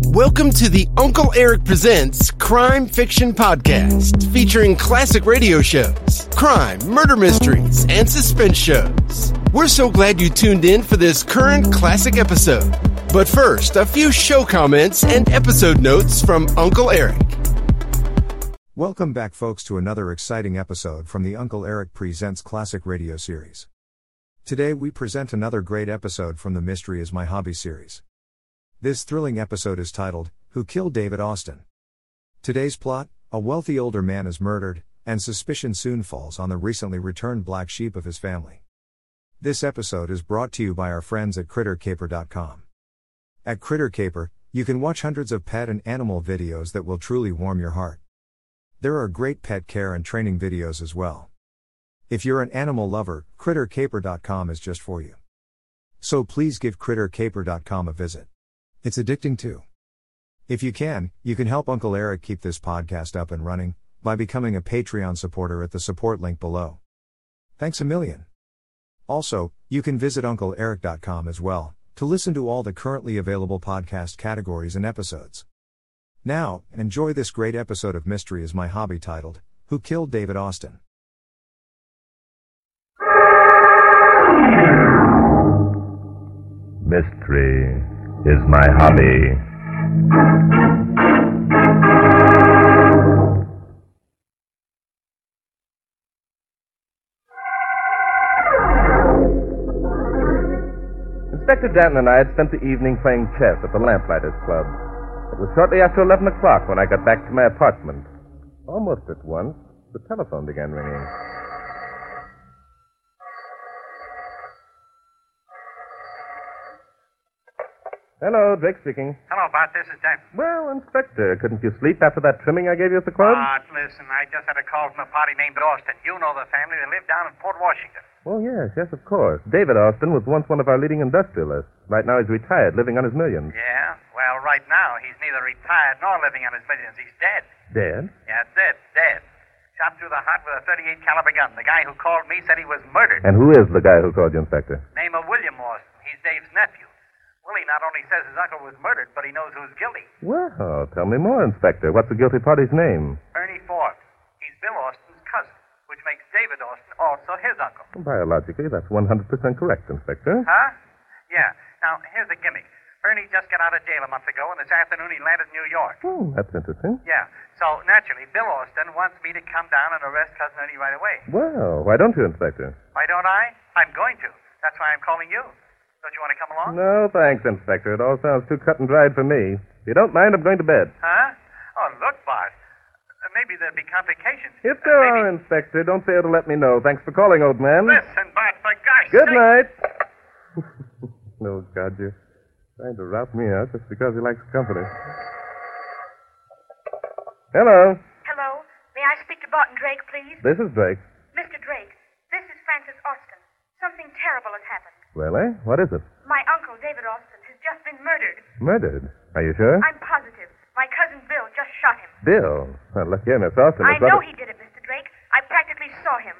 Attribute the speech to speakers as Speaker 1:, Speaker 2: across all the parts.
Speaker 1: Welcome to the Uncle Eric Presents Crime Fiction Podcast, featuring classic radio shows, crime, murder mysteries, and suspense shows. We're so glad you tuned in for this current classic episode. But first, a few show comments and episode notes from Uncle Eric.
Speaker 2: Welcome back, folks, to another exciting episode from the Uncle Eric Presents Classic Radio series. Today, we present another great episode from the Mystery is My Hobby series. This thrilling episode is titled, Who Killed David Austin? Today's plot a wealthy older man is murdered, and suspicion soon falls on the recently returned black sheep of his family. This episode is brought to you by our friends at CritterCaper.com. At CritterCaper, you can watch hundreds of pet and animal videos that will truly warm your heart. There are great pet care and training videos as well. If you're an animal lover, CritterCaper.com is just for you. So please give CritterCaper.com a visit. It's addicting too. If you can, you can help Uncle Eric keep this podcast up and running by becoming a Patreon supporter at the support link below. Thanks a million. Also, you can visit UncleEric.com as well to listen to all the currently available podcast categories and episodes. Now, enjoy this great episode of Mystery is My Hobby titled, Who Killed David Austin?
Speaker 3: Mystery is my hobby. Inspector Danton and I had spent the evening playing chess at the Lamplighters Club. It was shortly after 11 o'clock when I got back to my apartment. Almost at once, the telephone began ringing. Hello, Drake speaking.
Speaker 4: Hello, Bart. This is Dave.
Speaker 3: Well, Inspector, couldn't you sleep after that trimming I gave you at the club?
Speaker 4: Bart, Uh, listen, I just had a call from a party named Austin. You know the family. They live down in Port Washington.
Speaker 3: Oh, yes, yes, of course. David Austin was once one of our leading industrialists. Right now he's retired, living on his millions.
Speaker 4: Yeah? Well, right now, he's neither retired nor living on his millions. He's dead.
Speaker 3: Dead?
Speaker 4: Yeah, dead, dead. Shot through the heart with a 38 caliber gun. The guy who called me said he was murdered.
Speaker 3: And who is the guy who called you, Inspector?
Speaker 4: Name of William Austin. He's Dave's nephew. Willie not only says his uncle was murdered, but he knows who's guilty.
Speaker 3: Well, Oh, tell me more, Inspector. What's the guilty party's name?
Speaker 4: Ernie Forbes. He's Bill Austin's cousin, which makes David Austin also his uncle.
Speaker 3: Biologically, that's 100% correct, Inspector.
Speaker 4: Huh? Yeah. Now, here's the gimmick. Ernie just got out of jail a month ago, and this afternoon he landed in New York.
Speaker 3: Hmm, that's interesting.
Speaker 4: Yeah. So, naturally, Bill Austin wants me to come down and arrest Cousin Ernie right away.
Speaker 3: Well, why don't you, Inspector?
Speaker 4: Why don't I? I'm going to. That's why I'm calling you. Don't you want to come along?
Speaker 3: No, thanks, Inspector. It all sounds too cut and dried for me. If you don't mind, I'm going to bed.
Speaker 4: Huh? Oh, look, Bart. Uh, Maybe there'd be complications.
Speaker 3: If
Speaker 4: Uh,
Speaker 3: there
Speaker 4: maybe-
Speaker 3: are, Inspector, don't fail to let me know. Thanks for calling, old man.
Speaker 4: Listen, Bart, for gosh
Speaker 3: Good
Speaker 4: sake-
Speaker 3: night. no, God, you're trying to rout me out just because he likes company. Hello,
Speaker 5: Hello. May I speak to Barton Drake, please?
Speaker 3: this is Drake.
Speaker 5: Mr. Drake, this is Francis Austin. Something terrible has happened.
Speaker 3: Really? eh? What is it?
Speaker 5: My uncle, David Austin, has just been murdered.
Speaker 3: Murdered. Are you sure?
Speaker 5: I'm positive. My cousin Bill just shot him.
Speaker 3: Bill. Well, look here, Miss Austin.
Speaker 5: I
Speaker 3: his
Speaker 5: know
Speaker 3: brother-
Speaker 5: he did it, Mr. Drake. I practically saw him.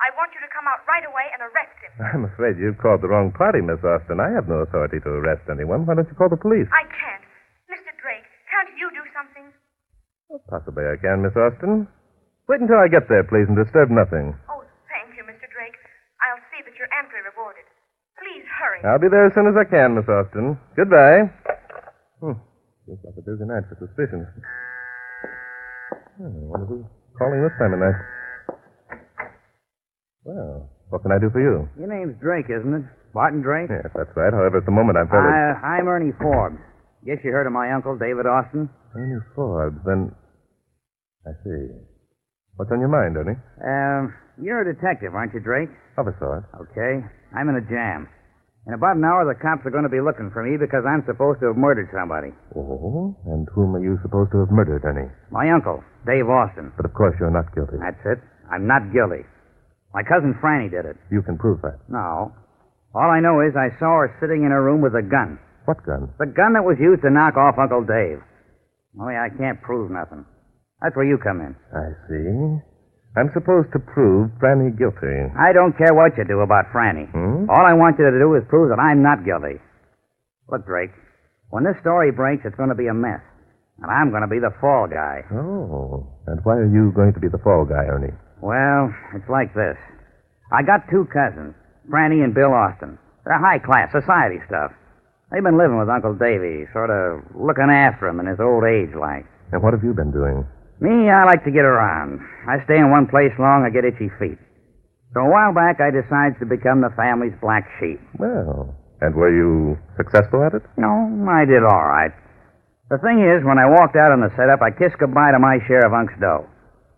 Speaker 5: I want you to come out right away and arrest him.
Speaker 3: I'm afraid you've called the wrong party, Miss Austin. I have no authority to arrest anyone. Why don't you call the police?
Speaker 5: I can't. Mr. Drake, can't you do something?
Speaker 3: Possibly I can, Miss Austin. Wait until I get there, please, and disturb nothing.
Speaker 5: Oh, thank you, Mr. Drake. I'll see that you're amply rewarded. Please hurry.
Speaker 3: I'll be there as soon as I can, Miss Austin. Goodbye. Hmm. Seems like a busy night for suspicions. Hmm, I wonder who's calling this time of night. Well, what can I do for you?
Speaker 6: Your name's Drake, isn't it? Barton Drake?
Speaker 3: Yes, that's right. However, at the moment I'm fairly...
Speaker 6: I, I'm Ernie Forbes. Guess you heard of my uncle, David Austin?
Speaker 3: Ernie Forbes, then... I see. What's on your mind, Ernie?
Speaker 6: Um, you're a detective, aren't you, Drake?
Speaker 3: Of a sort.
Speaker 6: Okay. I'm in a jam. In about an hour, the cops are going to be looking for me because I'm supposed to have murdered somebody.
Speaker 3: Oh, and whom are you supposed to have murdered, Ernie?
Speaker 6: My uncle, Dave Austin.
Speaker 3: But of course you're not guilty.
Speaker 6: That's it. I'm not guilty. My cousin Franny did it.
Speaker 3: You can prove that.
Speaker 6: No. All I know is I saw her sitting in her room with a gun.
Speaker 3: What gun?
Speaker 6: The gun that was used to knock off Uncle Dave. Only I can't prove nothing. That's where you come in.
Speaker 3: I see. I'm supposed to prove Franny guilty.
Speaker 6: I don't care what you do about Franny.
Speaker 3: Hmm?
Speaker 6: All I want you to do is prove that I'm not guilty. Look, Drake,
Speaker 7: When this story breaks, it's going to be a mess. And I'm going to be the fall guy.
Speaker 3: Oh. And why are you going to be the fall guy, Ernie?
Speaker 7: Well, it's like this. I got two cousins, Franny and Bill Austin. They're high class, society stuff. They've been living with Uncle Davy, sort of looking after him in his old age like.
Speaker 3: And what have you been doing?
Speaker 7: Me, I like to get around. I stay in one place long, I get itchy feet. So a while back, I decided to become the family's black sheep.
Speaker 3: Well. And were you successful at it?
Speaker 7: No, I did all right. The thing is, when I walked out on the setup, I kissed goodbye to my share of Unc's dough.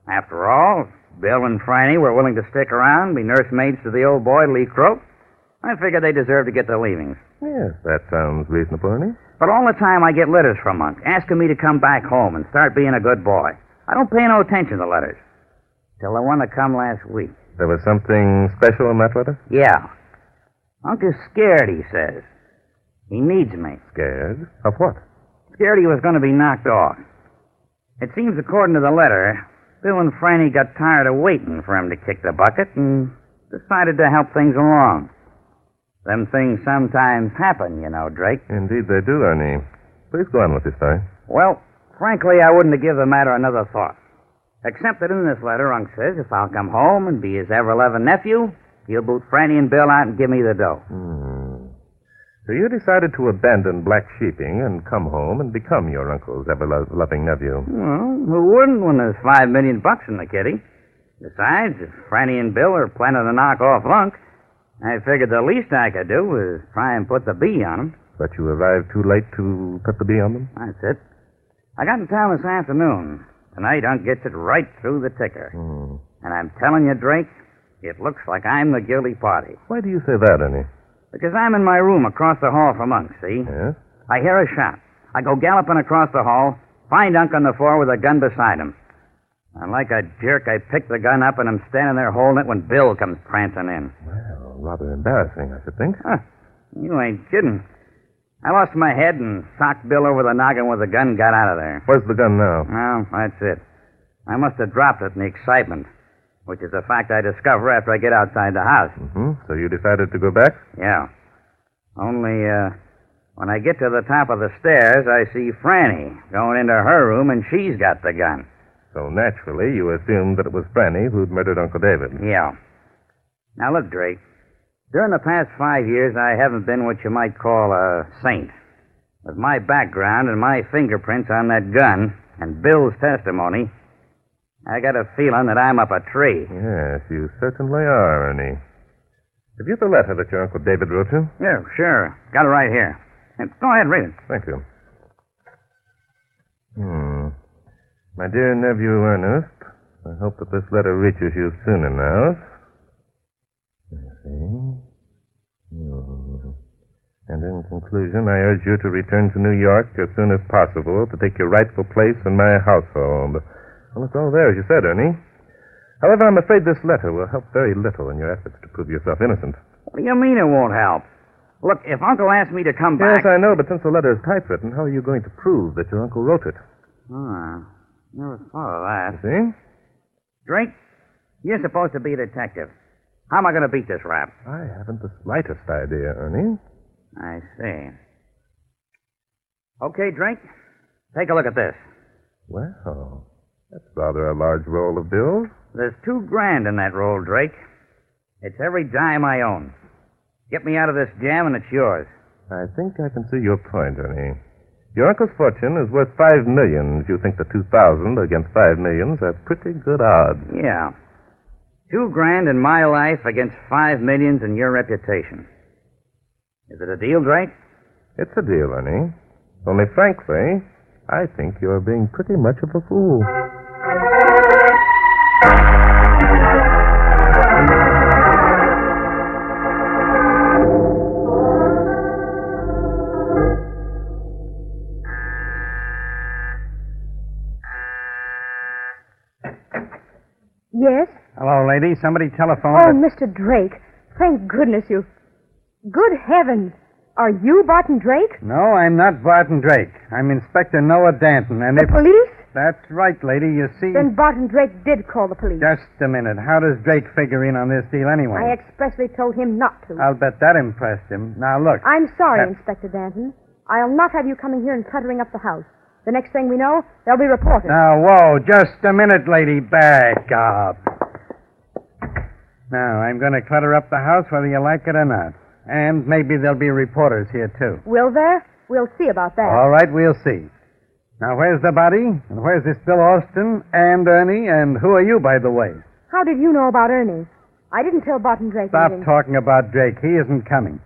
Speaker 7: After all, if Bill and Franny were willing to stick around, be nursemaids to the old boy till he croaked. I figured they deserved to get their leavings.
Speaker 3: Yes, that sounds reasonable, Ernie.
Speaker 7: But all the time, I get letters from Unc asking me to come back home and start being a good boy. I don't pay no attention to letters. Till the one that come last week.
Speaker 3: There was something special in that letter?
Speaker 7: Yeah. Unc is scared, he says. He needs me.
Speaker 3: Scared? Of what?
Speaker 7: Scared he was going to be knocked off. It seems, according to the letter, Bill and Franny got tired of waiting for him to kick the bucket and decided to help things along. Them things sometimes happen, you know, Drake.
Speaker 3: Indeed, they do, Ernie. Please go on with your story.
Speaker 7: Well, frankly, I wouldn't have given the matter another thought. Except that in this letter, Unc says if I'll come home and be his ever-loving nephew, he'll boot Franny and Bill out and give me the dough.
Speaker 3: So you decided to abandon black sheeping and come home and become your uncle's ever-loving nephew.
Speaker 7: Well, who wouldn't when there's five million bucks in the kitty? Besides, if Franny and Bill are planning to knock off Unc, I figured the least I could do was try and put the bee on him.
Speaker 3: But you arrived too late to put the bee on them?
Speaker 7: That's it. I got in town this afternoon. Tonight, Unc gets it right through the ticker. And I'm telling you, Drake, it looks like I'm the guilty party.
Speaker 3: Why do you say that, Ernie?
Speaker 7: Because I'm in my room across the hall from Unc, see?
Speaker 3: Yes?
Speaker 7: I hear a shot. I go galloping across the hall, find Unc on the floor with a gun beside him. And like a jerk, I pick the gun up and I'm standing there holding it when Bill comes prancing in.
Speaker 3: Well, rather embarrassing, I should think.
Speaker 7: Huh. You ain't kidding. I lost my head and socked Bill over the noggin with the gun, got out of there.
Speaker 3: Where's the gun now?
Speaker 7: Well, that's it. I must have dropped it in the excitement, which is a fact I discover after I get outside the house.
Speaker 3: hmm So you decided to go back?
Speaker 7: Yeah. Only, uh, when I get to the top of the stairs, I see Franny going into her room, and she's got the gun.
Speaker 3: So naturally, you assumed that it was Franny who'd murdered Uncle David.
Speaker 7: Yeah. Now, look, Drake. During the past five years, I haven't been what you might call a saint. With my background and my fingerprints on that gun and Bill's testimony, I got a feeling that I'm up a tree.
Speaker 3: Yes, you certainly are, Ernie. Have you the letter that your Uncle David wrote you?
Speaker 7: Yeah, sure. Got it right here. Go ahead, read it.
Speaker 3: Thank you. Hmm. My dear nephew Ernest, I hope that this letter reaches you soon enough. Let's see. Hmm. And in conclusion, I urge you to return to New York as soon as possible to take your rightful place in my household. Well, it's all there, as you said, Ernie. However, I'm afraid this letter will help very little in your efforts to prove yourself innocent.
Speaker 7: What do you mean it won't help? Look, if Uncle asked me to come back.
Speaker 3: Yes, I know, but since the letter is typewritten, how are you going to prove that your uncle wrote it?
Speaker 7: Ah, never thought of that.
Speaker 3: See?
Speaker 7: Drake, you're supposed to be a detective. How am I going to beat this rap?
Speaker 3: I haven't the slightest idea, Ernie.
Speaker 7: I see. Okay, Drake, take a look at this.
Speaker 3: Well, that's rather a large roll of bills.
Speaker 7: There's two grand in that roll, Drake. It's every dime I own. Get me out of this jam, and it's yours.
Speaker 3: I think I can see your point, Ernie. Your uncle's fortune is worth five million if you think the two thousand against five millions are pretty good odds.
Speaker 7: Yeah. Two grand in my life against five millions in your reputation. Is it a deal, Drake?
Speaker 3: It's a deal, Ernie. Only frankly, I think you're being pretty much of a fool.
Speaker 8: Yes?
Speaker 7: Hello, lady. Somebody telephoned.
Speaker 8: Oh, Mr. Drake. Thank goodness you. Good heavens. Are you Barton Drake?
Speaker 7: No, I'm not Barton Drake. I'm Inspector Noah Danton, and
Speaker 8: The
Speaker 7: if
Speaker 8: police?
Speaker 7: that's right, lady, you see.
Speaker 8: Then Barton Drake did call the police.
Speaker 7: Just a minute. How does Drake figure in on this deal
Speaker 8: I
Speaker 7: anyway?
Speaker 8: expressly told him not to.
Speaker 7: Uh, I'll bet that impressed him. Now look.
Speaker 8: I'm sorry,
Speaker 7: Uh,
Speaker 8: Inspector Danton. I'll not have you coming here and cluttering up the house. The next thing we know, they'll be reported.
Speaker 7: Now, whoa, just a minute, lady. Back up. Now, I'm going to clutter up the house whether you like it or not. And maybe there'll be reporters here, too.
Speaker 8: Will there? We'll see about that.
Speaker 7: All right, we'll see. Now, where's the body? And where's this Bill Austin and Ernie? And who are you, by the way?
Speaker 8: How did you know about Ernie? I didn't tell Barton Drake
Speaker 7: Stop
Speaker 8: anything.
Speaker 7: talking about Drake. He isn't coming.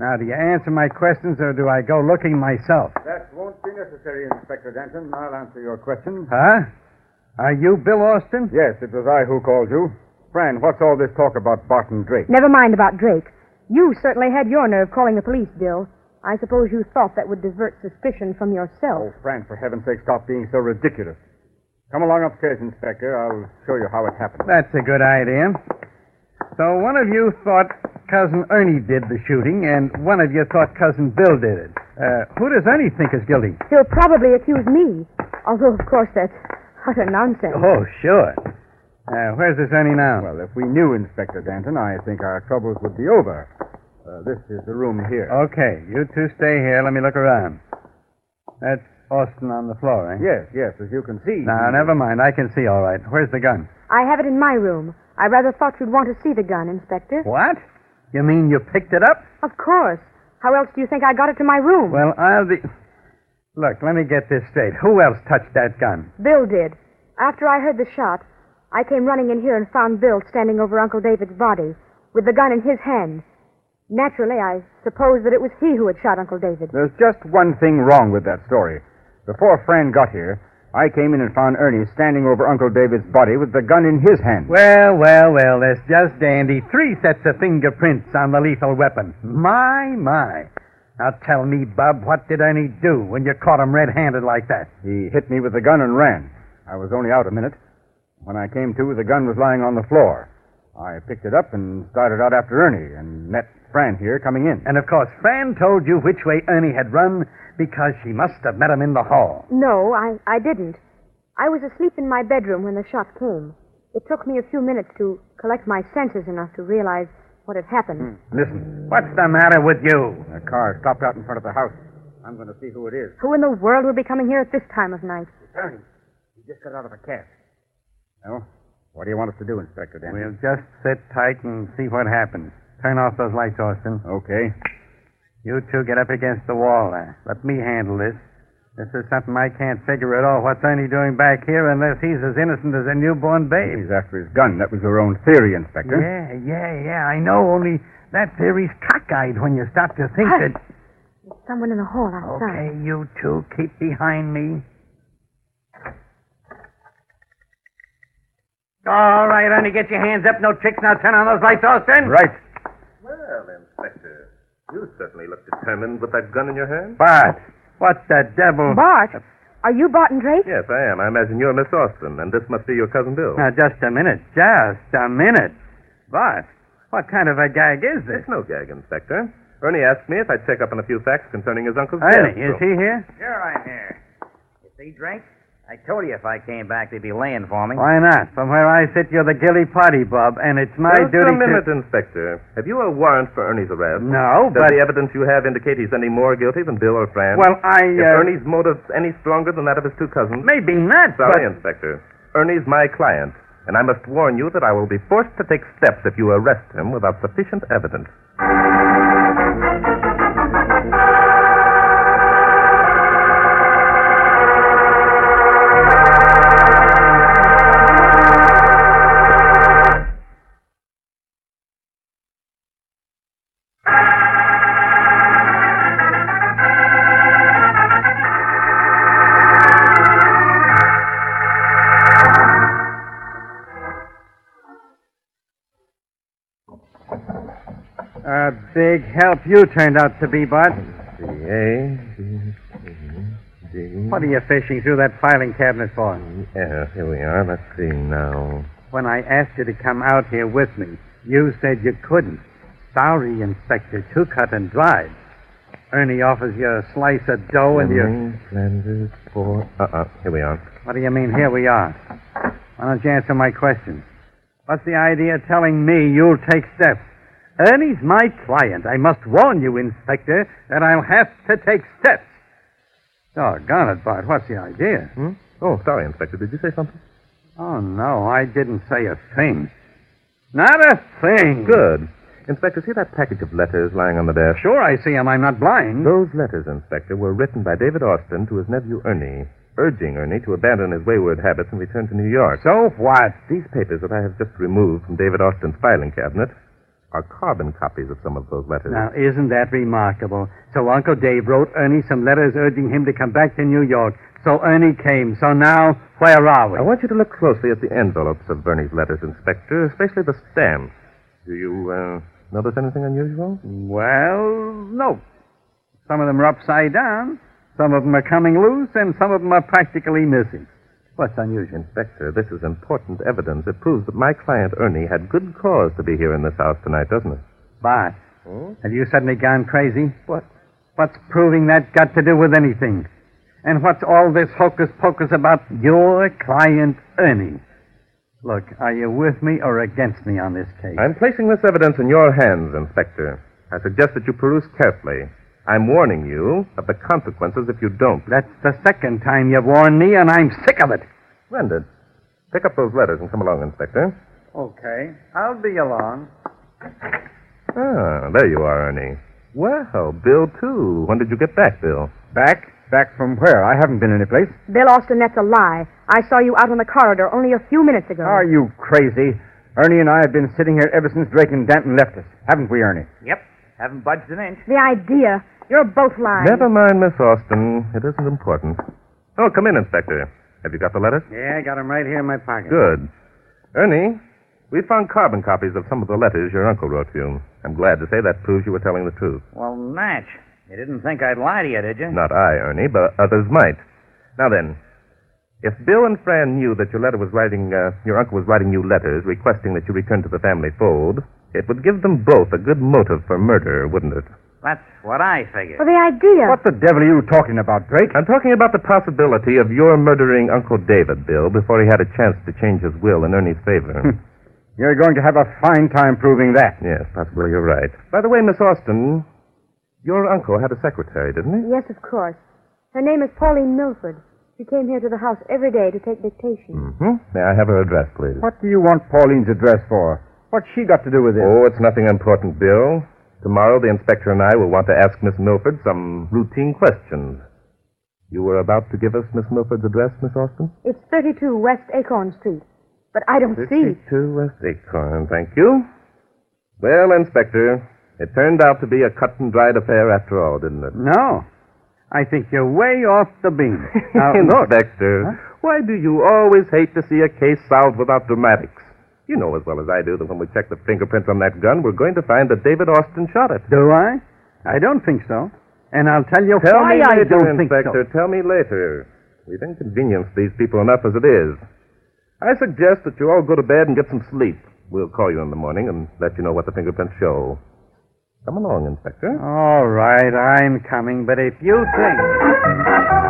Speaker 7: Now, do you answer my questions or do I go looking myself?
Speaker 9: That won't be necessary, Inspector Denton. I'll answer your question.
Speaker 7: Huh? Are you Bill Austin?
Speaker 9: Yes, it was I who called you. Fran, what's all this talk about Barton Drake?
Speaker 8: Never mind about Drake. You certainly had your nerve calling the police, Bill. I suppose you thought that would divert suspicion from
Speaker 9: Oh,
Speaker 8: yourself.
Speaker 9: Fran, for heaven's sake, stop being so ridiculous. Come along upstairs, Inspector. I'll show you how it happened.
Speaker 7: That's a good idea. So one of you thought Cousin Ernie did the shooting, and one of you thought Cousin Bill did it. Uh, who does Ernie think is guilty?
Speaker 8: He'll probably accuse me. Although, of course, that's utter nonsense.
Speaker 7: Oh, sure. Uh, where's this Ernie now?
Speaker 9: Well, if we knew Inspector Danton, I think our troubles would be over. Uh, this is the room here.
Speaker 7: Okay, you two stay here. Let me look around. That's Austin on the floor, eh?
Speaker 9: Yes, yes, as you can see.
Speaker 7: Now, never mind. I can see all right. Where's the gun?
Speaker 8: I have it in my room. I rather thought you'd want to see the gun, Inspector.
Speaker 7: What? You mean you picked it up?
Speaker 8: Of course. How else do you think I got it to my room?
Speaker 7: Well, I'll be. Look, let me get this straight. Who else touched that gun?
Speaker 8: Bill did. After I heard the shot, I came running in here and found Bill standing over Uncle David's body with the gun in his hand. Naturally, I supposed that it was he who had shot Uncle David.
Speaker 9: There's just one thing wrong with that story. Before Fran got here, I came in and found Ernie standing over Uncle David's body with the gun in his hand.
Speaker 7: Well, well, well, that's just dandy. Three sets of fingerprints on the lethal weapon. My, my. Now tell me, Bub, what did Ernie do when you caught him red handed like that?
Speaker 9: He hit me with the gun and ran. I was only out a minute. When I came to, the gun was lying on the floor. I picked it up and started out after Ernie and met Fran here coming in.
Speaker 7: And of course, Fran told you which way Ernie had run because she must have met him in the hall.
Speaker 8: No, I, I didn't. I was asleep in my bedroom when the shot came. It took me a few minutes to collect my senses enough to realize what had happened.
Speaker 9: Listen,
Speaker 7: What's the matter with you?
Speaker 9: a car stopped out in front of the house. I'm going to see who it is.
Speaker 8: Who in the world would be coming here at this time of night?
Speaker 9: Ernie. He just got out of a cab. Well, what do you want us to do, Inspector Denton?
Speaker 7: We'll just sit tight and see what happens. Turn off those lights, Austin.
Speaker 9: Okay.
Speaker 7: You two get up against the wall there. Let me handle this. This is something I can't figure at all. What's Ernie doing back here unless he's as innocent as a newborn babe?
Speaker 9: He's after his gun. That was your own theory, Inspector.
Speaker 7: Yeah, yeah, yeah. I know, only that theory's cockeyed when you stop to think that.
Speaker 8: There's someone in the hall outside.
Speaker 7: Okay, you two, keep behind me. All right, Ernie, get your hands up. No tricks. Now turn on those lights, Austin.
Speaker 9: Right.
Speaker 3: Well, Inspector, you certainly look determined with that gun in your hand.
Speaker 7: Bart, what the devil?
Speaker 8: Bart, are you Barton Drake?
Speaker 3: Yes, I am. I imagine you're Miss Austin, and this must be your cousin Bill.
Speaker 7: Now, just a minute. Just a minute. Bart, what kind of a gag is this?
Speaker 3: It's no gag, Inspector. Ernie asked me if I'd check up on a few facts concerning his uncle's death.
Speaker 7: Ernie, is
Speaker 3: So-
Speaker 7: he here?
Speaker 6: Sure, I'm here. You see, Drake? I told you if I came back, they'd be laying for me.
Speaker 7: Why not? From where I sit, you're the guilty party, Bob, and it's my
Speaker 3: Just
Speaker 7: duty
Speaker 3: a minute,
Speaker 7: to...
Speaker 3: Inspector. Have you a warrant for Ernie's arrest?
Speaker 7: No,
Speaker 3: Does
Speaker 7: but...
Speaker 3: the evidence you have indicate he's any more guilty than Bill or Fran?
Speaker 7: Well, I...
Speaker 3: Is
Speaker 7: uh,
Speaker 3: Ernie's motive any stronger than that of his two cousins?
Speaker 7: Maybe not,
Speaker 3: Sorry,
Speaker 7: but...
Speaker 3: Inspector. Ernie's my client, and I must warn you that I will be forced to take steps if you arrest him without sufficient evidence.
Speaker 7: A big help you turned out to be, Bart.
Speaker 3: A D
Speaker 7: What are you fishing through that filing cabinet for?
Speaker 3: F. Here we are. Let's see now.
Speaker 7: When I asked you to come out here with me, you said you couldn't. Sorry, Inspector, too cut and dried. Ernie offers you a slice of dough and you...
Speaker 3: Fleming, Flanders, four. Uh uh. Here we are.
Speaker 7: What do you mean, here we are? Why don't you answer my question? What's the idea of telling me you'll take steps? Ernie's my client. I must warn you, Inspector, that I'll have to take steps. Doggone it, Bart. What's the idea?
Speaker 3: Hmm? Oh, sorry, Inspector. Did you say something?
Speaker 7: Oh, no, I didn't say a thing. Not a thing.
Speaker 3: Good. Inspector, see that package of letters lying on the desk?
Speaker 7: Sure, I see him. I'm not blind.
Speaker 3: Those letters, Inspector, were written by David Austin to his nephew Ernie, urging Ernie to abandon his wayward habits and return to New York.
Speaker 7: So what?
Speaker 3: These papers that I have just removed from David Austin's filing cabinet are carbon copies of some of those letters.
Speaker 7: Now, isn't that remarkable? So Uncle Dave wrote Ernie some letters urging him to come back to New York. So Ernie came. So now, where are we?
Speaker 3: I want you to look closely at the envelopes of Ernie's letters, Inspector, especially the stamps. Do you uh, notice anything unusual?
Speaker 7: Well, no. Some of them are upside down, some of them are coming loose, and some of them are practically missing. What's unusual?
Speaker 3: Inspector, this is important evidence. It proves that my client Ernie had good cause to be here in this house tonight, doesn't it?
Speaker 7: Bart,
Speaker 9: Hmm?
Speaker 7: have you suddenly gone crazy?
Speaker 3: What?
Speaker 7: What's proving that got to do with anything? And what's all this hocus pocus about your client Ernie? Look, are you with me or against me on this case?
Speaker 3: I'm placing this evidence in your hands, Inspector. I suggest that you peruse carefully. I'm warning you of the consequences if you don't.
Speaker 7: That's the second time you've warned me, and I'm sick of it.
Speaker 3: Splendid. Pick up those letters and come along, Inspector.
Speaker 7: Okay, I'll be along.
Speaker 3: Ah, there you are, Ernie. Well, Bill, too. When did you get back, Bill?
Speaker 9: Back? Back from where? I haven't been anyplace.
Speaker 8: Bill Austin, that's a lie. I saw you out on the corridor only a few minutes ago.
Speaker 9: Are you crazy? Ernie and I have been sitting here ever since Drake and Danton left us, haven't we, Ernie?
Speaker 6: Yep. Haven't budged an inch.
Speaker 8: The idea. You're both lying.
Speaker 3: Never mind, Miss Austin. It isn't important. Oh, come in, Inspector. Have you got the letters?
Speaker 6: Yeah, I got him right here in my pocket.
Speaker 3: Good. Ernie, we found carbon copies of some of the letters your uncle wrote to you. I'm glad to say that proves you were telling the truth.
Speaker 6: Well, Natch, you didn't think I'd lie to you, did you?
Speaker 3: Not I, Ernie, but others might. Now then, if Bill and Fran knew that your letter was writing, uh, your uncle was writing you letters requesting that you return to the family fold, it would give them both a good motive for murder, wouldn't it?
Speaker 6: That's what I figured.
Speaker 8: Well, the idea.
Speaker 9: What the devil are you talking about, Drake?
Speaker 3: I'm talking about the possibility of your murdering Uncle David, Bill, before he had a chance to change his will in Ernie's favor.
Speaker 9: You're going to have a fine time proving that.
Speaker 3: yes, possibly you're right. By the way, Miss Austin, your uncle had a secretary, didn't he?
Speaker 8: Yes, of course. Her name is Pauline Milford. She came here to the house every day to take dictation.
Speaker 9: Hmm.
Speaker 3: Mm-hmm. May I have her address, please?
Speaker 9: What do you want Pauline's address for? What's she got to do with this?
Speaker 3: Oh, it's nothing important, Bill. Tomorrow the inspector and I will want to ask Miss Milford some routine questions. You were about to give us Miss Milford's address, Miss Austin?
Speaker 8: It's 32 West Acorn Street. But I don't see.
Speaker 3: 52 West Acorn, thank you. Well, Inspector, it turned out to be a cut and dried affair after all, didn't it?
Speaker 7: No. I think you're way off the beam. Now, look.
Speaker 3: Inspector, why do you always hate to see a case solved without dramatics? You know as well as I do that when we check the fingerprints on that gun, we're going to find that David Austin shot it.
Speaker 7: Do I? I don't think so. And I'll tell you
Speaker 3: Tell me
Speaker 7: why I
Speaker 3: later,
Speaker 7: don't think
Speaker 3: Inspector.
Speaker 7: so.
Speaker 3: Tell me later. We've inconvenienced these people enough as it is. I suggest that you all go to bed and get some sleep. We'll call you in the morning and let you know what the fingerprints show. Come along, Inspector.
Speaker 7: All right, I'm coming, but if you think.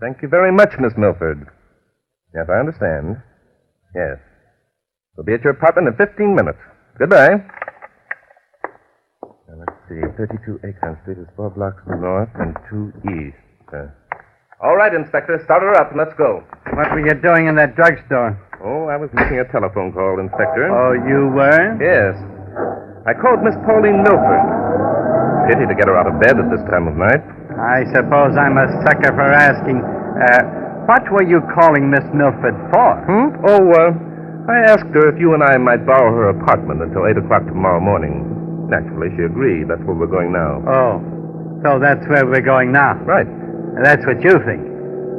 Speaker 3: Thank you very much, Miss Milford. Yes, I understand. Yes. We'll be at your apartment in 15 minutes. Goodbye. Now, let's see. 32 Acorn Street is four blocks north and two east. Uh, all right, Inspector. Start her up and let's go.
Speaker 7: What were you doing in that drugstore?
Speaker 3: Oh, I was making a telephone call, Inspector.
Speaker 7: Oh, you were?
Speaker 3: Yes. I called Miss Pauline Milford. Pity to get her out of bed at this time of night.
Speaker 7: I suppose I'm a sucker for asking. Uh, what were you calling Miss Milford for?
Speaker 3: Hmm? Oh, uh, I asked her if you and I might borrow her apartment until 8 o'clock tomorrow morning. Naturally, she agreed. That's where we're going now.
Speaker 7: Oh, so that's where we're going now.
Speaker 3: Right.
Speaker 7: That's what you think.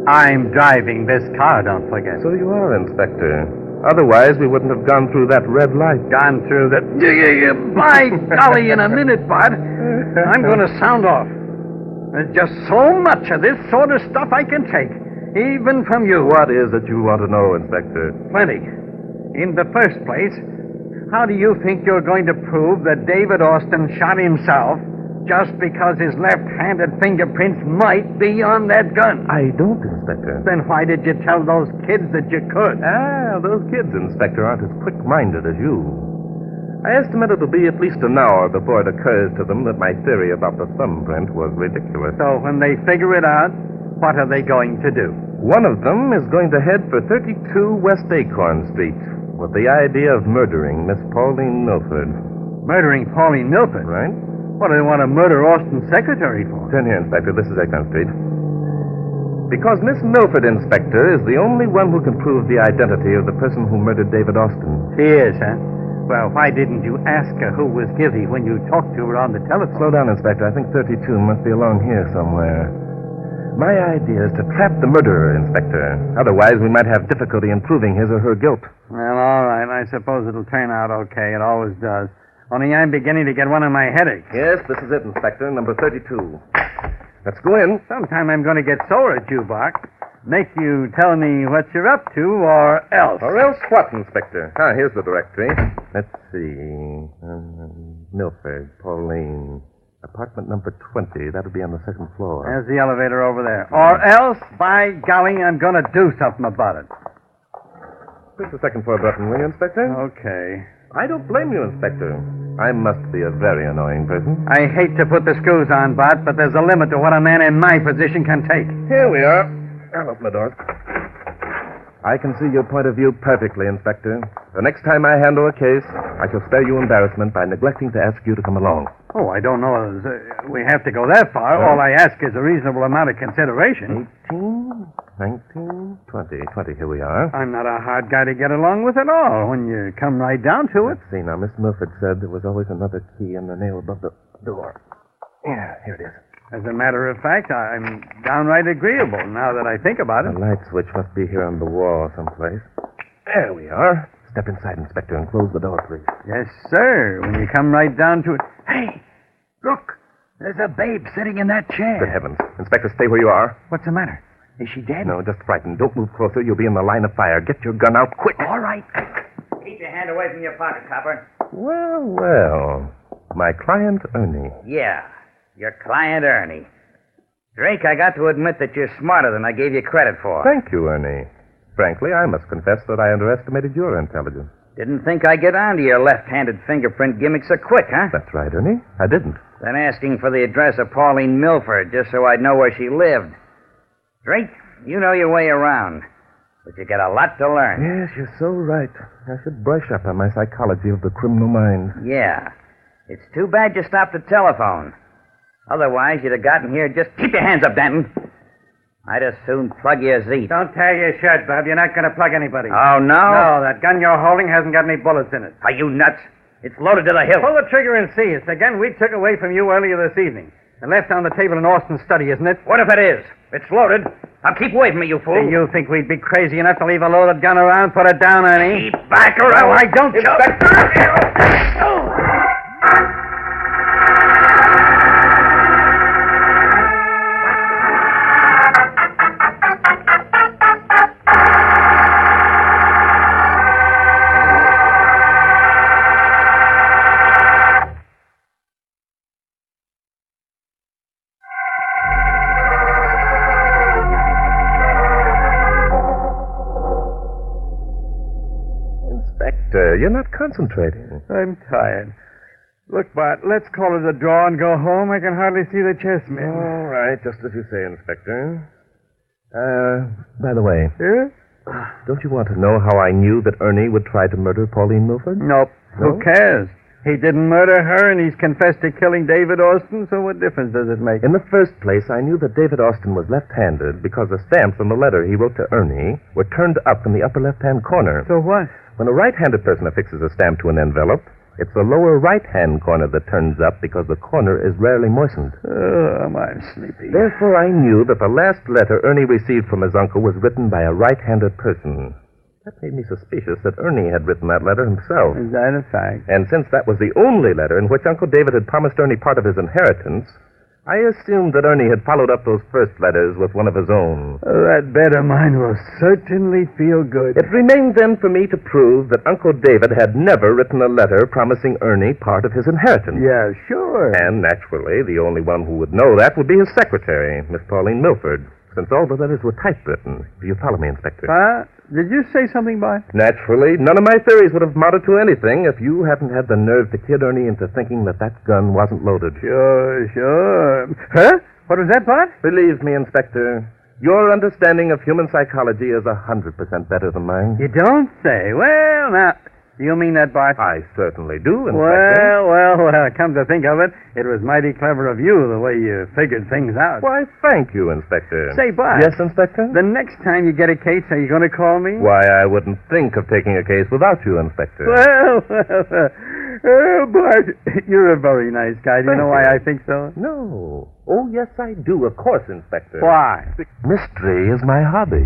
Speaker 7: I'm driving this car, don't forget.
Speaker 3: So you are, Inspector. Otherwise, we wouldn't have gone through that red light.
Speaker 7: Gone through the. By golly, in a minute, Bud, I'm going to sound off. There's just so much of this sort of stuff I can take, even from you.
Speaker 3: What is it you want to know, Inspector?
Speaker 7: Plenty. In the first place, how do you think you're going to prove that David Austin shot himself Just because his left-handed fingerprints might be on that gun.
Speaker 3: I don't, Inspector.
Speaker 7: Then why did you tell those kids that you could?
Speaker 3: Ah, those kids, Inspector, aren't as quick minded as you. I estimate it'll be at least an hour before it occurs to them that my theory about the thumbprint was ridiculous.
Speaker 7: So when they figure it out, what are they going to do?
Speaker 3: One of them is going to head for 32 West Acorn Street with the idea of murdering Miss Pauline Milford.
Speaker 7: Murdering Pauline Milford?
Speaker 3: Right?
Speaker 7: What do they want to murder Austin's secretary for?
Speaker 3: Turn here, Inspector. This is Acorn Street. Because Miss Milford, Inspector, is the only one who can prove the identity of the person who murdered David Austin.
Speaker 7: She is, huh? Well, why didn't you ask her who was guilty when you talked to her on the telephone?
Speaker 3: Slow down, Inspector. I think 32 must be along here somewhere. My idea is to trap the murderer, Inspector. Otherwise, we might have difficulty in proving his or her guilt.
Speaker 7: Well, all right. I suppose it'll turn out okay. It always does. Only I'm beginning to get one of my headaches.
Speaker 3: Yes, this is it, Inspector. Number 32. Let's go in.
Speaker 7: Sometime I'm going to get sore at you, Bach. Make you tell me what you're up to, or else.
Speaker 3: Or else what, Inspector? Ah, here's the directory. Let's see. Um, Milford, Pauline. Apartment number 20. That'll be on the second floor.
Speaker 7: There's the elevator over there. Or else, by golly, I'm going to do something about it.
Speaker 3: Push the second floor button, will you, Inspector?
Speaker 7: Okay.
Speaker 3: I don't blame you, Inspector. I must be a very annoying person.
Speaker 7: I hate to put the screws on, Bart, but there's a limit to what a man in my position can take.
Speaker 3: Here we are. I'll open the door. I can see your point of view perfectly, Inspector. The next time I handle a case, I shall spare you embarrassment by neglecting to ask you to come along.
Speaker 7: Oh, I don't know. as, uh, We have to go that far.
Speaker 3: Well-
Speaker 7: All I ask is a reasonable amount of consideration.
Speaker 3: 18, 19, 20, 20. Here we are.
Speaker 7: I'm not a hard guy to get along with at all when you come right down to it.
Speaker 3: Let's see now. Miss Milford said there was always another key in the nail above the door. Yeah, here it is.
Speaker 7: As a matter of fact, I- I'm downright agreeable now that I think about it.
Speaker 3: The light switch must be here on the wall someplace. There we are. Step inside, Inspector, and close the door, please.
Speaker 7: Yes, sir. When you come right down to it. Hey, look. There's a babe sitting in that
Speaker 3: Good
Speaker 7: chair.
Speaker 3: heavens. Inspector, stay where you are.
Speaker 7: What's the matter? Is she dead?
Speaker 3: No, just frightened. Don't move closer. You'll be in the line of fire. Get your gun out quick.
Speaker 7: All right.
Speaker 6: Keep your hand away from your pocket, Copper.
Speaker 3: Well, well. My client, Ernie.
Speaker 6: Yeah. Your client, Ernie. Drake, I got to admit that you're smarter than I gave you credit for.
Speaker 3: Thank you, Ernie. Frankly, I must confess that I underestimated your intelligence.
Speaker 6: Didn't think I'd get onto your left-handed fingerprint gimmick so quick, huh?
Speaker 3: That's right, Ernie. I didn't.
Speaker 6: Then asking for the address of Pauline Milford just so I'd know where she lived. Drake, you know your way around, but you got a lot to learn.
Speaker 3: Yes, you're so right. I should brush up on my psychology of the criminal mind.
Speaker 6: Yeah. It's too bad you stopped the telephone. Otherwise, you'd have gotten here just. Keep your hands up, Denton. I'd as soon plug your Z.
Speaker 7: Don't tear your shirt, Bob. You're not going to plug anybody.
Speaker 6: Oh, no?
Speaker 7: No, that gun you're holding hasn't got any bullets in it.
Speaker 6: Are you nuts? It's loaded to the hilt.
Speaker 7: Pull the trigger and see. It's the gun we took away from you earlier this evening. And left on the table in Austin's study, isn't it?
Speaker 6: What if it is? It's loaded. Now keep away from me, you fool.
Speaker 7: Do you think we'd be crazy enough to leave a loaded gun around? Put it down, Ernie.
Speaker 6: Keep back or
Speaker 7: No,
Speaker 6: I'll-
Speaker 7: I don't, Joe.
Speaker 3: Inspector, you're not concentrating.
Speaker 7: I'm tired. Look, Bart, let's call it a draw and go home. I can hardly see the chessmen.
Speaker 3: All right, just as you say, Inspector. Uh, by the way,
Speaker 7: Yeah?
Speaker 3: don't you want to know how I knew that Ernie would try to murder Pauline Milford?
Speaker 7: Nope.
Speaker 3: No?
Speaker 7: Who cares? He didn't murder her, and he's confessed to killing David Austin, so what difference does it make?
Speaker 3: In the first place, I knew that David Austin was left-handed because the stamps on the letter he wrote to Ernie were turned up in the upper left-hand corner.
Speaker 7: So what?
Speaker 3: When a right-handed person affixes a stamp to an envelope, it's the lower right-hand corner that turns up because the corner is rarely moistened.
Speaker 7: Oh, I'm sleepy.
Speaker 3: Therefore, I knew that the last letter Ernie received from his uncle was written by a right handed person. That made me suspicious that Ernie had written that letter himself.
Speaker 7: Is that a fact?
Speaker 3: And since that was the only letter in which Uncle David had promised Ernie part of his inheritance, I assumed that Ernie had followed up those first letters with one of his own.
Speaker 7: Oh, that bed of mine will certainly feel good.
Speaker 3: It remained then for me to prove that Uncle David had never written a letter promising Ernie part of his inheritance.
Speaker 7: Yeah, sure.
Speaker 3: And naturally, the only one who would know that would be his secretary, Miss Pauline Milford, since all the letters were typewritten. Do you follow me, Inspector?
Speaker 7: Huh? Did you say something, Boy?
Speaker 3: Naturally, none of my theories would have amounted to anything if you hadn't had the nerve to kid Ernie into thinking that that gun wasn't loaded.
Speaker 7: Sure, sure. Huh? What was that, Bart?
Speaker 3: Believe me, Inspector, your understanding of human psychology is a 100% better than mine.
Speaker 7: You don't say. Well, now, do you mean that, Bart?
Speaker 3: I certainly do, Inspector.
Speaker 7: Well, well, well, come to think of it, it was mighty clever of you the way you figured things out.
Speaker 3: Why, thank you, Inspector.
Speaker 7: Say, Bart.
Speaker 3: Yes, Inspector?
Speaker 7: The next time you get a case, are you going to call me?
Speaker 3: Why, I wouldn't think of taking a case without you, Inspector.
Speaker 7: Well, oh, Bart, you're a very nice guy. Do you
Speaker 3: Thank
Speaker 7: know why
Speaker 3: you.
Speaker 7: I think so?
Speaker 3: no. Oh, yes, I do. Of course, Inspector.
Speaker 7: Why?
Speaker 3: Mystery is my hobby.